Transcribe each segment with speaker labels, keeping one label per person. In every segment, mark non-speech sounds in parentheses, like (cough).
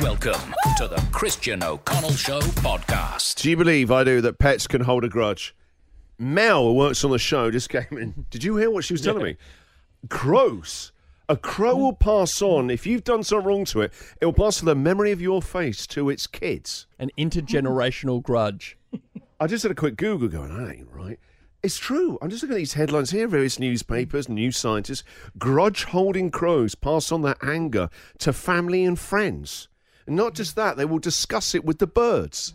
Speaker 1: Welcome to the Christian O'Connell Show podcast.
Speaker 2: Do you believe I do that pets can hold a grudge? Mel, who works on the show, just came in. Did you hear what she was telling me? Gross. A crow will pass on. If you've done something wrong to it, it will pass on the memory of your face to its kids.
Speaker 3: an intergenerational grudge.
Speaker 2: I just had a quick Google going, that ain't right. It's true. I'm just looking at these headlines here, various newspapers, new scientists. Grudge holding crows pass on their anger to family and friends. And not just that, they will discuss it with the birds.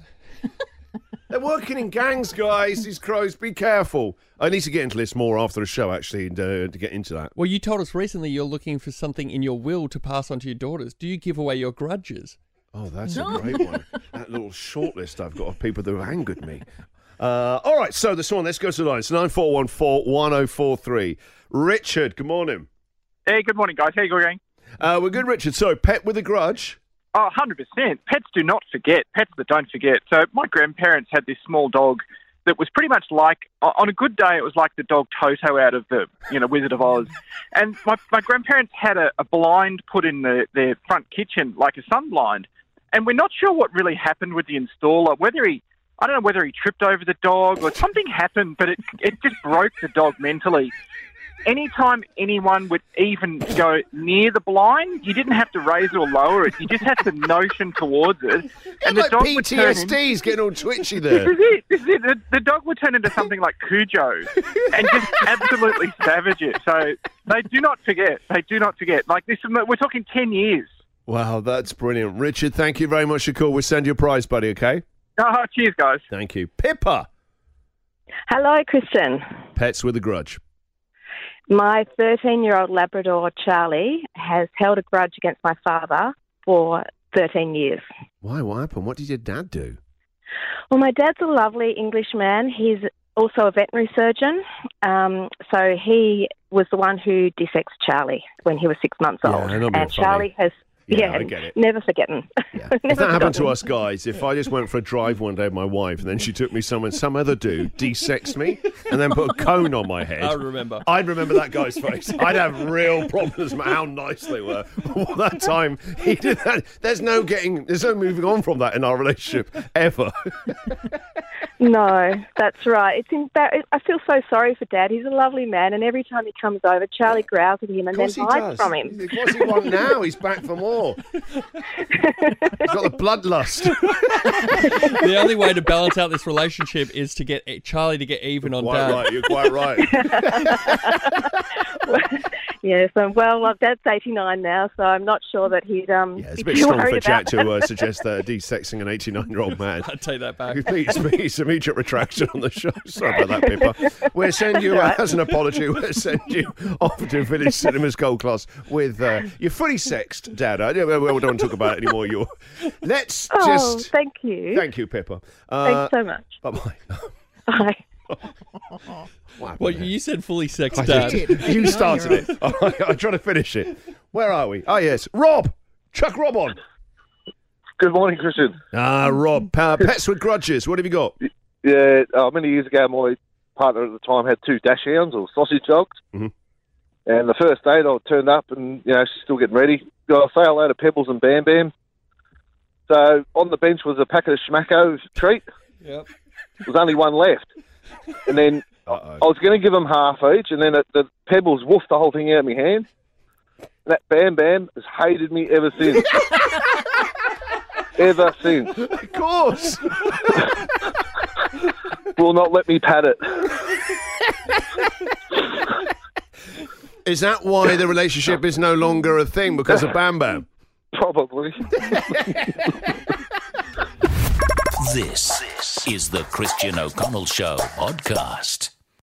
Speaker 2: (laughs) They're working in gangs, guys, these crows. Be careful. I need to get into this more after the show, actually, and, uh, to get into that.
Speaker 3: Well, you told us recently you're looking for something in your will to pass on to your daughters. Do you give away your grudges?
Speaker 2: Oh, that's a great one. That little short list I've got of people that have angered me. Uh, all right, so this one, let's go to the lines. 9414 1043. Richard, good morning.
Speaker 4: Hey, good morning, guys. How you going?
Speaker 2: Uh, we're good, Richard. So, pet with a grudge.
Speaker 4: Oh, 100%. Pets do not forget. Pets that don't forget. So, my grandparents had this small dog that was pretty much like, o- on a good day, it was like the dog Toto out of the, you know, Wizard of Oz. And my, my grandparents had a, a blind put in the, their front kitchen, like a sun blind. And we're not sure what really happened with the installer, whether he, I don't know whether he tripped over the dog or something happened, but it, it just broke the dog mentally anytime anyone would even go near the blind, you didn't have to raise or lower it. You just had to notion towards it. And
Speaker 2: like
Speaker 4: dog would turn in-
Speaker 2: PTSD's getting all twitchy
Speaker 4: This (laughs)
Speaker 2: there.
Speaker 4: is it. This is it. The, the dog would turn into something like Cujo and just absolutely savage it. So they do not forget. They do not forget. Like this, we're talking 10 years.
Speaker 2: wow, that's brilliant. Richard, thank you very much for your call. We'll send you a prize, buddy, okay?
Speaker 4: Oh, cheers, guys.
Speaker 2: Thank you. Pippa,
Speaker 5: Hello, Christian.
Speaker 2: pets with a grudge.
Speaker 5: My 13 year old Labrador, Charlie, has held a grudge against my father for 13 years.
Speaker 2: Why? What happened? What did your dad do?
Speaker 5: Well, my dad's a lovely Englishman. He's also a veterinary surgeon. Um, so he was the one who dissects Charlie when he was six months
Speaker 2: Yeah,
Speaker 5: old.
Speaker 2: I know a bit
Speaker 5: and
Speaker 2: funny.
Speaker 5: Charlie has.
Speaker 2: Yeah,
Speaker 5: Yeah,
Speaker 2: I get it.
Speaker 5: never forgotten. (laughs) never
Speaker 2: if that happened to
Speaker 5: forgotten.
Speaker 2: us guys, if I just went for a drive one day with my wife and then she took me somewhere, and some other dude desexed me and then put a cone on my head.
Speaker 3: I remember.
Speaker 2: I'd remember that guy's face. I'd have real problems with how nice they were. All that time he did that. There's no getting. There's no moving on from that in our relationship ever.
Speaker 5: No, that's right. It's embar- I feel so sorry for Dad. He's a lovely man, and every time he comes over, Charlie growls at him and then hides from him.
Speaker 2: What's he want now? He's back for more. He's got the bloodlust.
Speaker 3: (laughs) the only way to balance out this relationship is to get E-, Charlie to get even on
Speaker 2: Quite
Speaker 3: dad.
Speaker 2: right. You're quite
Speaker 5: (laughs)
Speaker 2: right.
Speaker 5: Yes, um, well, well, Dad's 89 now, so I'm not sure that he'd um,
Speaker 2: Yeah, it's
Speaker 5: be
Speaker 2: a bit
Speaker 5: too
Speaker 2: strong for
Speaker 5: worried
Speaker 2: Jack
Speaker 5: about
Speaker 2: to uh, suggest that a desexing an 89 year old man.
Speaker 3: I take that back.
Speaker 2: Please,
Speaker 5: (laughs)
Speaker 2: please, immediate retraction on the show. Sorry about that, Pippa. We'll send you, uh, as an apology, we'll send you off to Village Cinemas Gold Class with uh, you're fully sexed, Dad. I don't, we don't want to talk about it anymore. You're. Let's
Speaker 5: Oh,
Speaker 2: just.
Speaker 5: thank you.
Speaker 2: Thank you, Pippa. Uh,
Speaker 5: Thanks so much. (laughs)
Speaker 2: bye bye. (laughs)
Speaker 5: Bye.
Speaker 3: Well, you said fully sexed
Speaker 2: I
Speaker 3: dad.
Speaker 2: did. You started
Speaker 5: (laughs)
Speaker 2: it. I, I'm trying to finish it. Where are we? Oh, yes. Rob! Chuck Rob on.
Speaker 6: Good morning, Christian.
Speaker 2: Ah, Rob. Uh, pets with grudges. What have you got?
Speaker 6: Yeah, uh, many years ago, my partner at the time had two dashhounds or sausage dogs.
Speaker 2: Mhm.
Speaker 6: And the first day, I turned up and, you know, she's still getting ready. Got to say hello to Pebbles and Bam Bam. So on the bench was a packet of Schmacko treat.
Speaker 3: Yep.
Speaker 6: There was only one left. And then
Speaker 2: Uh-oh.
Speaker 6: I was going to give them half each, and then it, the Pebbles woofed the whole thing out of my hand. And that Bam Bam has hated me ever since. ever since.
Speaker 2: Of course.
Speaker 6: Will not let me pat it. (laughs)
Speaker 2: Is that why the relationship is no longer a thing because of Bam Bam?
Speaker 6: Probably.
Speaker 1: This is the Christian O'Connell Show podcast.